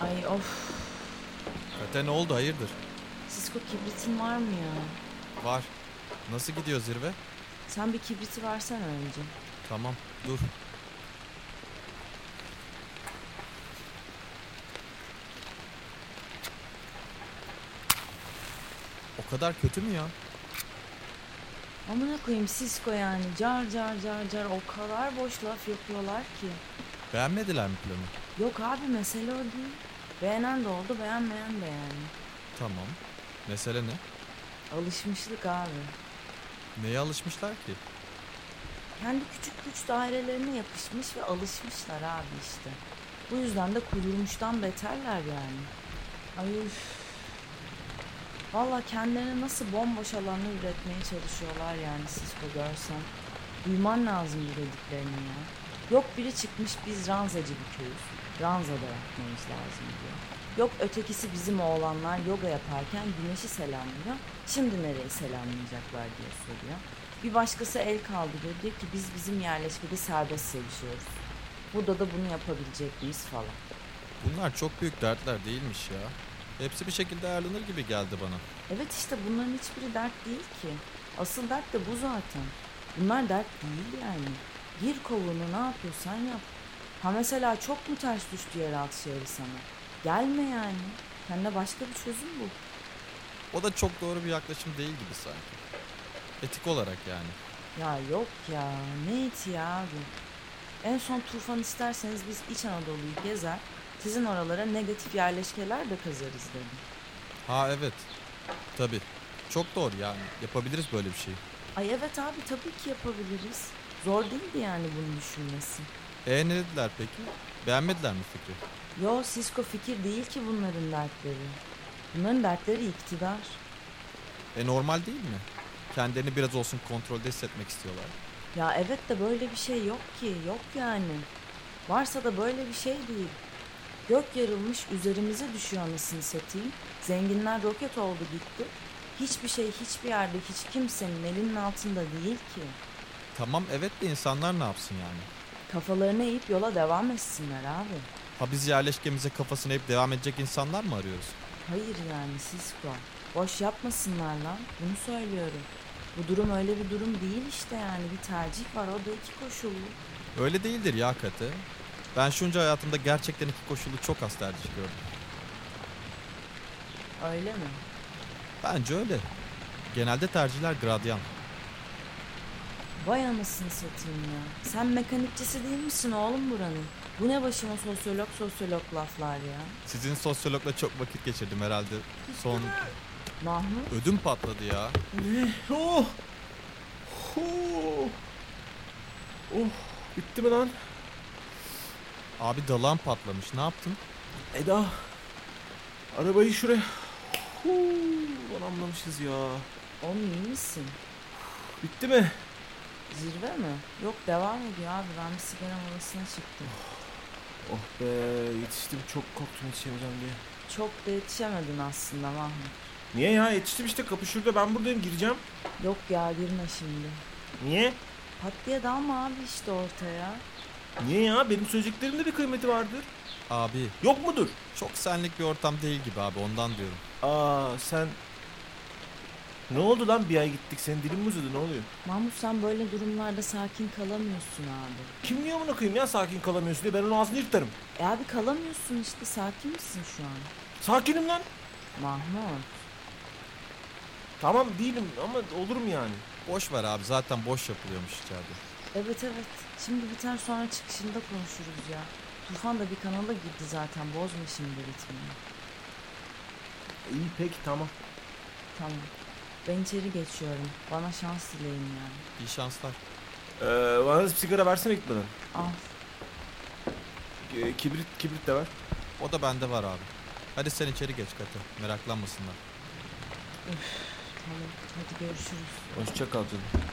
Ay of. Öte ne oldu hayırdır? Sisko kibritin var mı ya? Var. Nasıl gidiyor zirve? Sen bir kibriti versene önce. Tamam dur. O kadar kötü mü ya? Amına koyayım Sisko yani. Car car car car o kadar boş laf yapıyorlar ki. Beğenmediler mi planı? Yok abi mesele o değil. Beğenen de oldu beğenmeyen de yani. Tamam. Mesele ne? Alışmışlık abi. Neye alışmışlar ki? Kendi küçük güç dairelerine yapışmış ve alışmışlar abi işte. Bu yüzden de kudurmuştan beterler yani. Ay üf. Valla kendilerine nasıl bomboş alanı üretmeye çalışıyorlar yani Sisko görsen. Duyman lazım bu dediklerini ya. Yok biri çıkmış biz ranzacı bir köyüz. Ranzada yapmamız lazım diyor. Yok ötekisi bizim oğlanlar yoga yaparken güneşi selamlıyor. Şimdi nereyi selamlayacaklar diye soruyor. Bir başkası el kaldırıyor diyor ki biz bizim yerleşkede serbest sevişiyoruz. Burada da bunu yapabilecek miyiz falan. Bunlar çok büyük dertler değilmiş ya. Hepsi bir şekilde ayarlanır gibi geldi bana. Evet işte bunların hiçbiri dert değil ki. Asıl dert de bu zaten. Bunlar dert değil yani. Gir kolunu ne yapıyorsan yap. Ha mesela çok mu ters düştü yeraltı şehri sana? Gelme yani. Kendine başka bir çözüm bul. O da çok doğru bir yaklaşım değil gibi sanki. Etik olarak yani. Ya yok ya ne iti ya abi. En son tufan isterseniz biz İç Anadolu'yu gezer, sizin oralara negatif yerleşkeler de kazarız dedim. Ha evet. Tabii. Çok doğru yani. Yapabiliriz böyle bir şeyi. Ay evet abi tabii ki yapabiliriz. Zor değildi yani bunu düşünmesi. E ne dediler peki? Beğenmediler mi fikri? Yo Sisko fikir değil ki bunların dertleri. Bunların dertleri iktidar. E normal değil mi? Kendilerini biraz olsun kontrolde hissetmek istiyorlar. Ya evet de böyle bir şey yok ki. Yok yani. Varsa da böyle bir şey değil. Gök yarılmış üzerimize düşüyor anasını satayım. Zenginler roket oldu gitti. Hiçbir şey hiçbir yerde hiç kimsenin elinin altında değil ki. Tamam evet de insanlar ne yapsın yani? Kafalarını eğip yola devam etsinler abi. Ha biz yerleşkemize kafasını eğip devam edecek insanlar mı arıyoruz? Hayır yani Sisko. Boş yapmasınlar lan. Bunu söylüyorum. Bu durum öyle bir durum değil işte yani. Bir tercih var o da iki koşullu. Öyle değildir ya Kate. Ben şunca hayatımda gerçekten iki koşulu çok az tercih gördüm. Öyle mi? Bence öyle. Genelde tercihler gradyan. Vay anasını satayım ya. Sen mekanikçisi değil misin oğlum buranın? Bu ne başıma sosyolog sosyolog laflar ya. Sizin sosyologla çok vakit geçirdim herhalde. Son Mahmut ödüm patladı ya. Oh! Oh! Oh! Bitti mi lan? Abi dalan patlamış. Ne yaptın? Eda! Arabayı şuraya... Huu, lan anlamışız ya. oğlum iyi misin? Bitti mi? Zirve mi? Yok devam ediyor abi ben bir sigara molasına çıktım. Oh be yetiştim çok korktum yetişemeyeceğim diye. Çok da yetişemedin aslında Mahmut. Niye ya yetiştim işte kapı şurada ben buradayım gireceğim. Yok ya girme şimdi. Niye? Pat diye dalma abi işte ortaya. Niye ya benim söyleyeceklerimde bir kıymeti vardır. Abi Yok mudur? çok senlik bir ortam değil gibi abi ondan diyorum. Aa sen... Ne oldu lan bir ay gittik senin dilin mi uzadı ne oluyor? Mahmut sen böyle durumlarda sakin kalamıyorsun abi. Kim diyor amına koyayım ya sakin kalamıyorsun diye ben onun ağzını yırtarım. E abi kalamıyorsun işte sakin misin şu an? Sakinim lan. Mahmut. Tamam değilim ama olurum yani. Boş ver abi zaten boş yapılıyormuş içeride. Evet evet. Şimdi biter sonra çıkışında konuşuruz ya. Tufan da bir kanala girdi zaten. Bozma şimdi ritmini. İyi E, peki tamam. Tamam. Ben içeri geçiyorum. Bana şans dileyin yani. İyi şanslar. Ee, bana bir sigara versene gitmeden. Al. Ee, kibrit, kibrit de ver. O da bende var abi. Hadi sen içeri geç Kate. Meraklanmasınlar. Tamam. Hadi görüşürüz. Hoşça kal canım.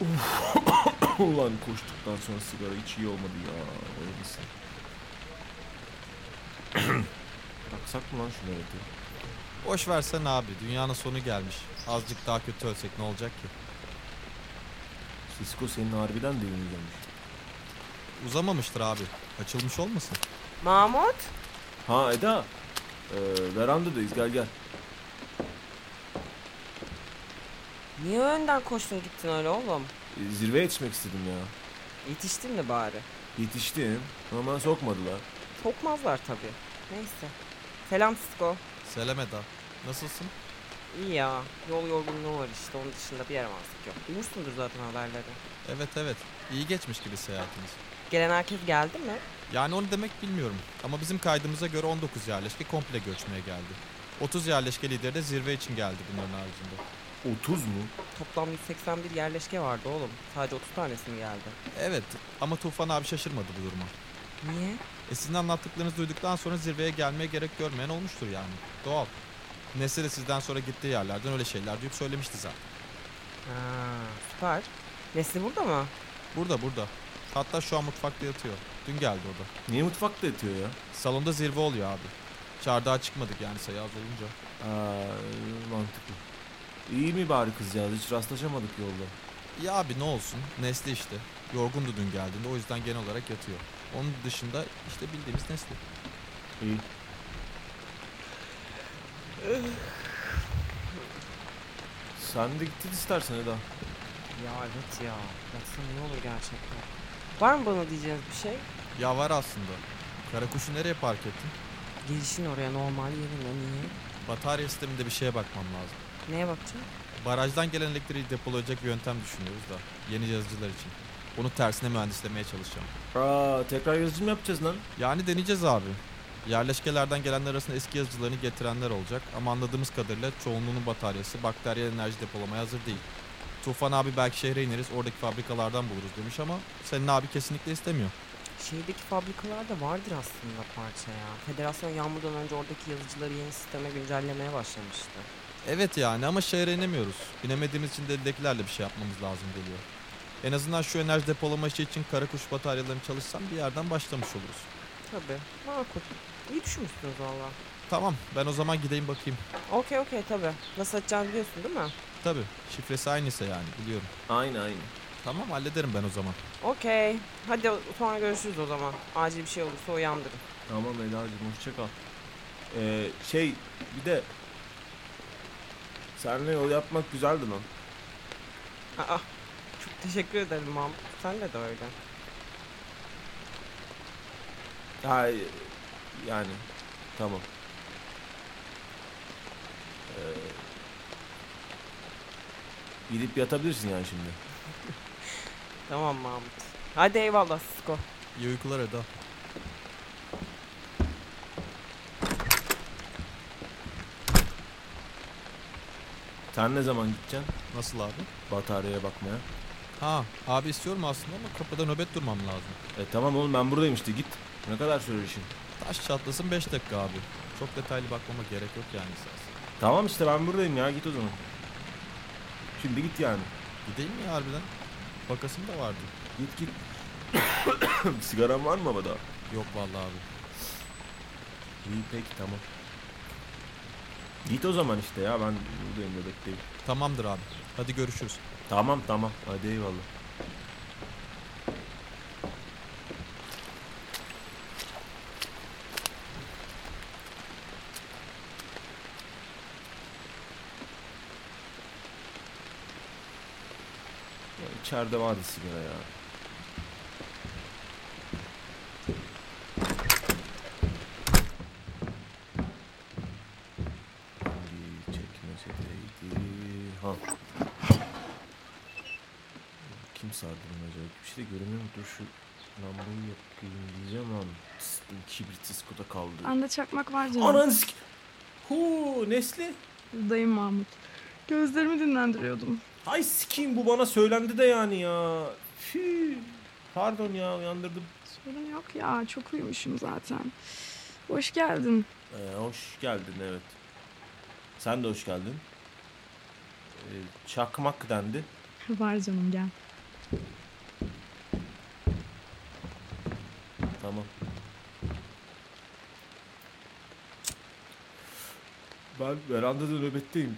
Ulan koştuktan sonra sigara hiç iyi olmadı ya. Vay anasını. Taksak mı lan şunu evet? O Boş versen abi dünyanın sonu gelmiş. Azıcık daha kötü ölsek ne olacak ki? Sisko senin harbiden düğünü görmüş. Uzamamıştır abi. Açılmış olmasın? Mahmut? Ha Eda. Ee, verandadayız gel gel. Niye önden koştun gittin öyle oğlum? Ee, zirveye yetişmek istedim ya. Yetiştin mi bari? Yetiştim ama sokmadılar. Sokmazlar tabii. Neyse. Selam Sisko. Seleme da. Nasılsın? İyi ya. Yol yorgunluğu var işte. Onun dışında bir yaramazlık yok. Duymuşsundur zaten haberleri. Evet evet. İyi geçmiş gibi seyahatimiz. Gelen herkes geldi mi? Yani onu demek bilmiyorum. Ama bizim kaydımıza göre 19 yerleşke komple göçmeye geldi. 30 yerleşke lideri de zirve için geldi bunların haricinde. 30 mu? Toplam 181 yerleşke vardı oğlum. Sadece 30 tanesi mi geldi? Evet ama Tufan abi şaşırmadı bu duruma. Niye? E sizin anlattıklarınızı duyduktan sonra zirveye gelmeye gerek görmeyen olmuştur yani. Doğal. Nesli de sizden sonra gittiği yerlerden öyle şeyler duyup söylemişti zaten. Ha, süper. Nesli burada mı? Burada burada. Hatta şu an mutfakta yatıyor. Dün geldi o da. Niye mutfakta yatıyor ya? Salonda zirve oluyor abi. Çardağa çıkmadık yani sayı az olunca. Aa, mantıklı. İyi mi bari kızcağız? Hiç rastlaşamadık yolda. Ya abi ne olsun Nesli işte. Yorgundu dün geldiğinde o yüzden genel olarak yatıyor. Onun dışında işte bildiğimiz Nesli. İyi. Sen de git istersen Eda. Ya evet ya. Yatsam ne olur gerçekten. Var mı bana diyeceğiniz bir şey? Ya var aslında. Karakuşu nereye park ettin? Gelişin oraya normal yerine niye? Batarya sisteminde bir şeye bakmam lazım. Neye bakacağım? Barajdan gelen elektriği depolayacak bir yöntem düşünüyoruz da. Yeni yazıcılar için. Bunu tersine mühendislemeye çalışacağım. Aa, tekrar yazıcı mı yapacağız lan? Yani deneyeceğiz abi. Yerleşkelerden gelenler arasında eski yazıcılarını getirenler olacak ama anladığımız kadarıyla çoğunluğunun bataryası bakteriyel enerji depolamaya hazır değil. Tufan abi belki şehre ineriz oradaki fabrikalardan buluruz demiş ama senin abi kesinlikle istemiyor. Şehirdeki fabrikalarda vardır aslında parça ya. Federasyon yağmurdan önce oradaki yazıcıları yeni sisteme güncellemeye başlamıştı. Evet yani ama şehre inemiyoruz. İnemediğimiz için de eldekilerle bir şey yapmamız lazım geliyor. En azından şu enerji depolama işi için karakuş bataryalarını çalışsam bir yerden başlamış oluruz. Tabii. Makul. İyi düşünmüşsünüz valla. Tamam ben o zaman gideyim bakayım. Okey okey tabii. Nasıl açacağını biliyorsun değil mi? Tabi şifresi aynıysa yani biliyorum. Aynı aynı. Tamam hallederim ben o zaman. Okey. Hadi o- sonra görüşürüz o zaman. Acil bir şey olursa uyandırın. Tamam Eda'cığım hoşça kal. Ee, şey bir de Seninle yol yapmak güzeldi lan. Aa, çok teşekkür ederim mam. Sen de de öyle. Ha, e, yani tamam. Ee, gidip yatabilirsin yani şimdi. Tamam Mahmut. Hadi eyvallah Sisko. İyi uykular Eda. Sen ne zaman gideceksin Nasıl abi? bataryaya bakmaya? Ha abi istiyorum aslında ama kapıda nöbet durmam lazım. E tamam oğlum ben buradayım işte git. Ne kadar sürer işin? Taş çatlasın 5 dakika abi. Çok detaylı bakmama gerek yok yani esas. Tamam işte ben buradayım ya git o zaman. Şimdi git yani. Gideyim mi ya harbiden? Bakasım da vardı. Git git. Sigaran var mı ama daha? Yok vallahi abi. İyi peki tamam. Git o zaman işte ya ben buradayım bebekteyim. Tamamdır abi. Hadi görüşürüz. Tamam tamam hadi eyvallah. Ya İçeride vardı sigara ya. Bir çekmesedeydi. Ha. Kim sardı bunu acaba? Bir şey de göremiyorum. Dur şu lambayı yakayım diyeceğim ama pst, kibrit Cisco'da kaldı. Anda çakmak var canım. Ananı sik... Huu Nesli. Dayım Mahmut. Gözlerimi dinlendiriyordum. Hay sikiyim bu bana söylendi de yani ya. Fü. Pardon ya uyandırdım. Sorun yok ya çok uyumuşum zaten. Hoş geldin. Ee, hoş geldin evet. Sen de hoş geldin. Ee, çakmak dendi. Var canım gel. Tamam. Ben verandada nöbetteyim.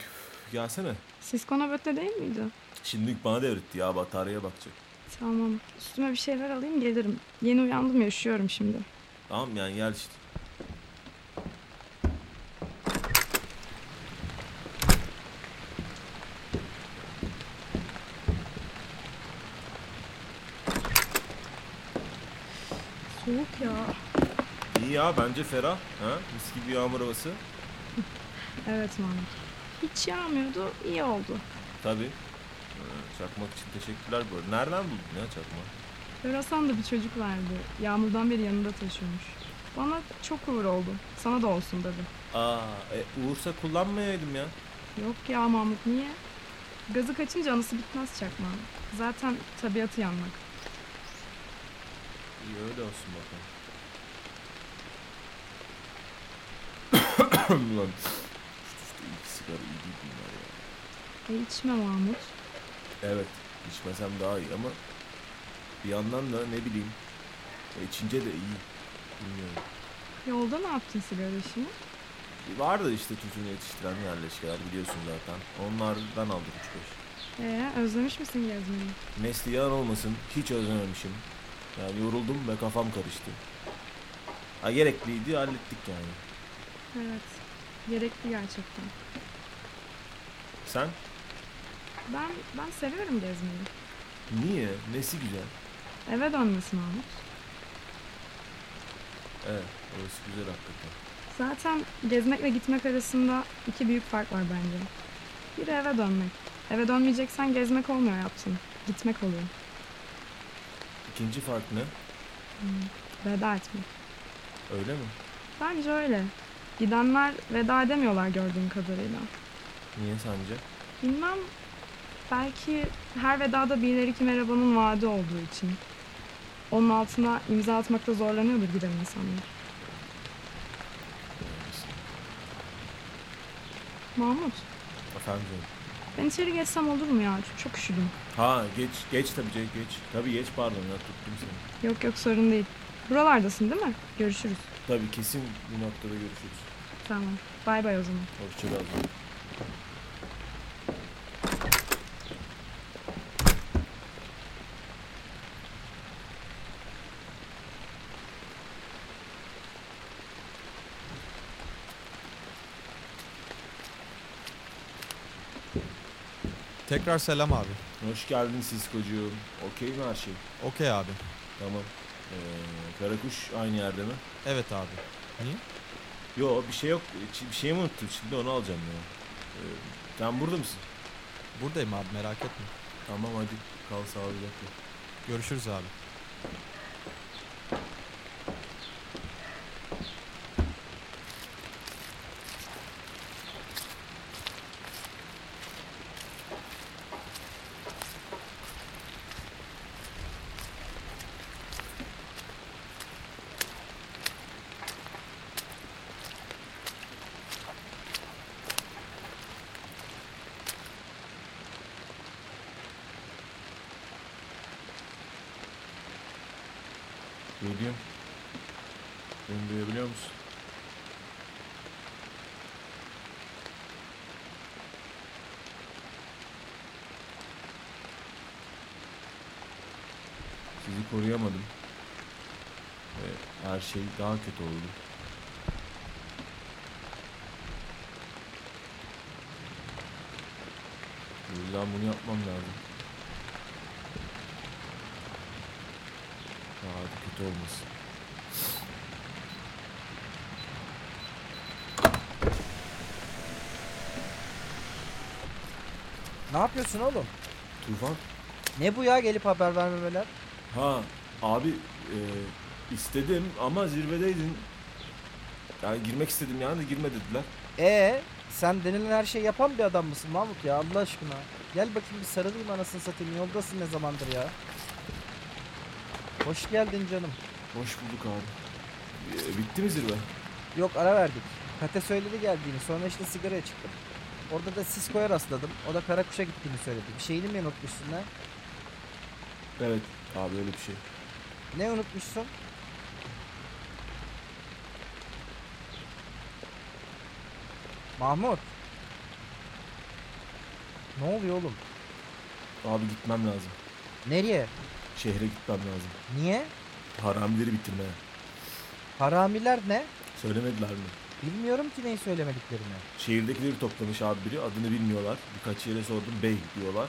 Gelsene. Sisko nöbette değil miydi? Şimdilik bana devretti ya bataryaya bakacak. Tamam. Üstüme bir şeyler alayım gelirim. Yeni uyandım yaşıyorum şimdi. Tamam yani gel işte. Soğuk ya. İyi ya bence ferah. Ha? Mis gibi yağmur havası. Evet Mahmut. Hiç yağmıyordu. iyi oldu. Tabii. Ee, Çakmak için teşekkürler bu arada. Nereden buldun ya çakmağı? Horasan da bir çocuk verdi. Yağmurdan beri yanında taşıyormuş. Bana çok uğur oldu. Sana da olsun dedi. Aa, e, Uğursa kullanmayaydım ya. Yok ya Mahmut niye? Gazı kaçınca anısı bitmez çakmağın. Zaten tabiatı yanmak. İyi öyle olsun bakalım. Ulan işte iki sigara iyi değil bunlar ya. E içme Mahmut. Evet içmesem daha iyi ama bir yandan da ne bileyim e, içince de iyi. Bilmiyorum. Yolda ne yaptın sigara işini? E, Vardı işte çocuğunu yetiştiren yerleşkeler biliyorsun zaten. Onlardan aldım üç beş. Ee, özlemiş misin gezmeyi? Nesli yalan olmasın hiç özlememişim. Yani yoruldum ve kafam karıştı. Ha gerekliydi hallettik yani. Evet. Gerekli gerçekten. Sen? Ben ben seviyorum gezmeyi. Niye? Nesi güzel? Eve dönmesi Mahmut. Evet orası güzel hakikaten. Zaten gezmek ve gitmek arasında iki büyük fark var bence. Biri eve dönmek. Eve dönmeyeceksen gezmek olmuyor yaptın. Gitmek oluyor. İkinci fark ne? Hmm. Veda etmek. Öyle mi? Bence öyle. Gidenler veda edemiyorlar gördüğüm kadarıyla. Niye sence? Bilmem belki her vedada bir ileriki merhabanın vaadi olduğu için. Onun altına imza atmakta zorlanıyordur giden insanlar. Mahmut, Efendim canım. ben içeri geçsem olur mu ya? Çok, çok üşüdüm. Ha geç geç tabii Cenk, geç. Tabii geç pardon ya tuttum seni. Yok yok sorun değil. Buralardasın değil mi? Görüşürüz. Tabii kesin bu noktada görüşürüz. Tamam. Bay bay o zaman. Hoşçakal. Tekrar selam abi. Hoş geldin Siskocuğum. Okey mi her şey? Okey abi. Tamam. Ee, karakuş aynı yerde mi? Evet abi. Niye? Yo bir şey yok. Ç- Bir şey mi unuttum? Şimdi onu alacağım ya. Ee, sen burada mısın? Buradayım abi merak etme. Tamam hadi. Kal sağlıcakla. Görüşürüz abi. Geliyorum. Beni duyabiliyor musun? Sizi koruyamadım. Ve her şey daha kötü oldu. Bu yüzden bunu yapmam lazım. Daha da kötü olmasın. Ne yapıyorsun oğlum? Tufan? Ne bu ya gelip haber vermemeler? Ha abi e, istedim ama zirvedeydin. Yani girmek istedim yani de girme dediler. Ee, sen denilen her şeyi yapan bir adam mısın Mahmut ya Allah aşkına? Gel bakayım bir sarılayım anasını satayım yoldasın ne zamandır ya. Hoş geldin canım. Hoş bulduk abi. E, bitti mi zirve? Yok ara verdik. Kate söyledi geldiğini sonra işte sigaraya çıktım. Orada da Sisko'ya rastladım. O da Karakuş'a gittiğini söyledi. Bir şeyini mi unutmuşsun ha? Evet abi öyle bir şey. Ne unutmuşsun? Mahmut. Ne oluyor oğlum? Abi gitmem lazım. Nereye? Şehre gitmem lazım. Niye? Haramileri bitirmeye. Haramiler ne? Söylemediler mi? Bilmiyorum ki neyi söylemediklerini. Şehirdekileri toplamış abi biri. Adını bilmiyorlar. Birkaç yere sordum. Bey diyorlar.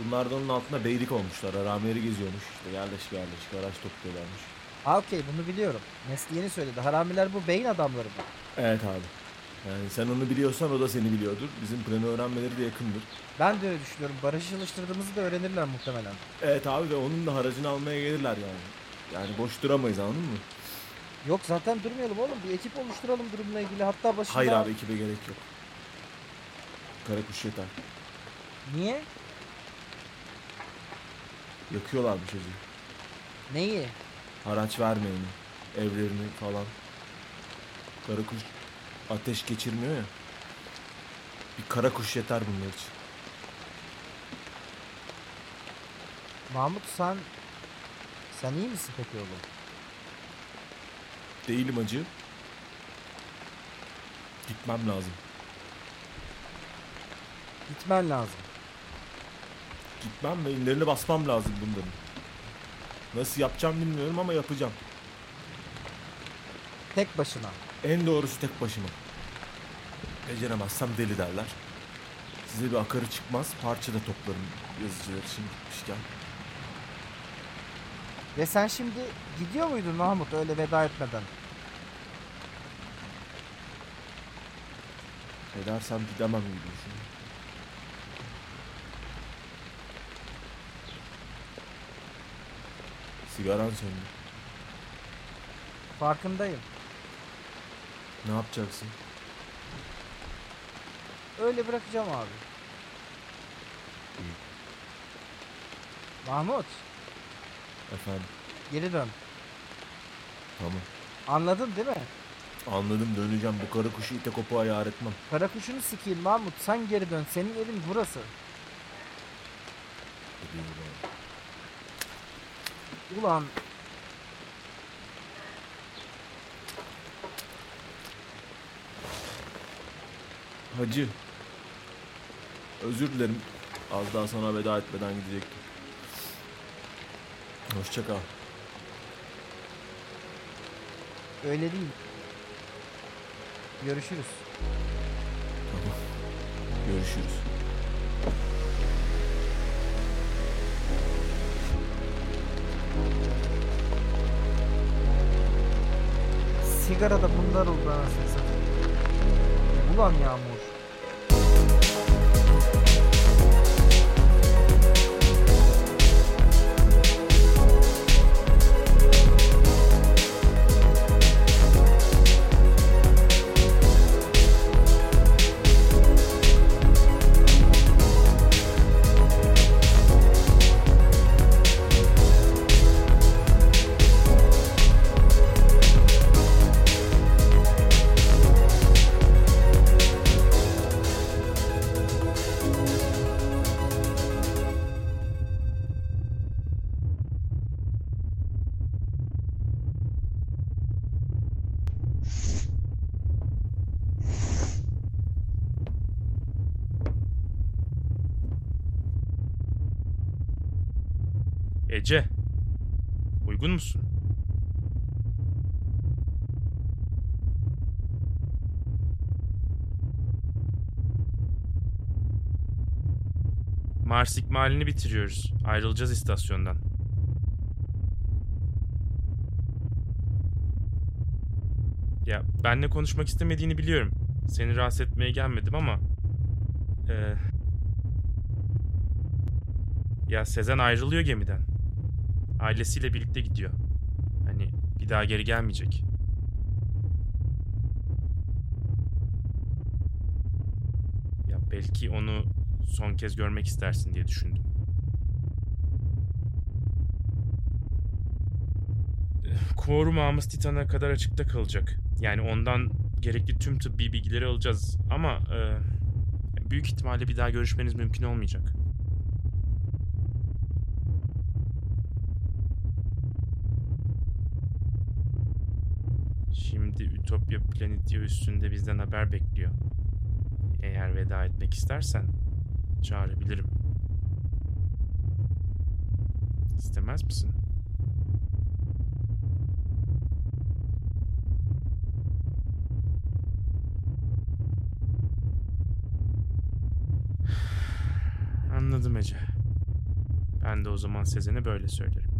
Bunlar da onun altında beylik olmuşlar. Haramileri geziyormuş. İşte yerleşik yerleşik araç topluyorlarmış. Ha okey bunu biliyorum. Nesli yeni söyledi. Haramiler bu beyin adamları mı? Evet abi. Yani sen onu biliyorsan o da seni biliyordur. Bizim planı öğrenmeleri de yakındır. Ben de öyle düşünüyorum. Barajı çalıştırdığımızı da öğrenirler muhtemelen. Evet abi ve onun da haracını almaya gelirler yani. Yani boş duramayız anladın mı? Yok zaten durmayalım oğlum. Bir ekip oluşturalım durumla ilgili. Hatta başında... Hayır abi ekibe gerek yok. Karakuş yeter. Niye? Yakıyorlar bu çocuğu. Neyi? Haraç vermeyin. Evlerini falan. Karakuş ateş geçirmiyor ya. Bir karakuş yeter bunlar için. Mahmut sen... Sen iyi misin peki oğlum? Değilim acı. Gitmem lazım. Gitmen lazım. Gitmem ve ellerine basmam lazım bunların. Nasıl yapacağım bilmiyorum ama yapacağım. Tek başına. En doğrusu tek başıma. Beceremezsem deli derler. Size bir akarı çıkmaz parça da toplarım yazıcılar için gitmişken. Ve sen şimdi gidiyor muydun Mahmut öyle veda etmeden? Edersem gidemem gibi düşünüyorum. Sigaran söndü. Farkındayım. Ne yapacaksın? Öyle bırakacağım abi. Mahmut Efendim geri dön. tamam. Anladın değil mi? Anladım döneceğim. Bu karı kuşu ite kopuğa yar etmem. Kara kuşunu sikeyim Mahmut sen geri dön. Senin evin burası. Dediğim gibi. Ulan Hacı. Özür dilerim. Az daha sana veda etmeden gidecektim. Hoşça kal. öyle değil. Görüşürüz. Görüşürüz. Sigara da bunlar oldu anasını satayım. Ulan Yağmur. Ece. Uygun musun? Mars ikmalini bitiriyoruz. Ayrılacağız istasyondan. Ya benle konuşmak istemediğini biliyorum. Seni rahatsız etmeye gelmedim ama... eee, ya Sezen ayrılıyor gemiden. Ailesiyle birlikte gidiyor. Hani bir daha geri gelmeyecek. Ya belki onu son kez görmek istersin diye düşündüm. Eh, Quorum ağımız Titan'a kadar açıkta kalacak. Yani ondan gerekli tüm tıbbi bilgileri alacağız ama eh, büyük ihtimalle bir daha görüşmeniz mümkün olmayacak. Şimdi Ütopya Planetya üstünde bizden haber bekliyor. Eğer veda etmek istersen çağırabilirim. İstemez misin? Anladım Ece. Ben de o zaman Sezen'e böyle söylerim.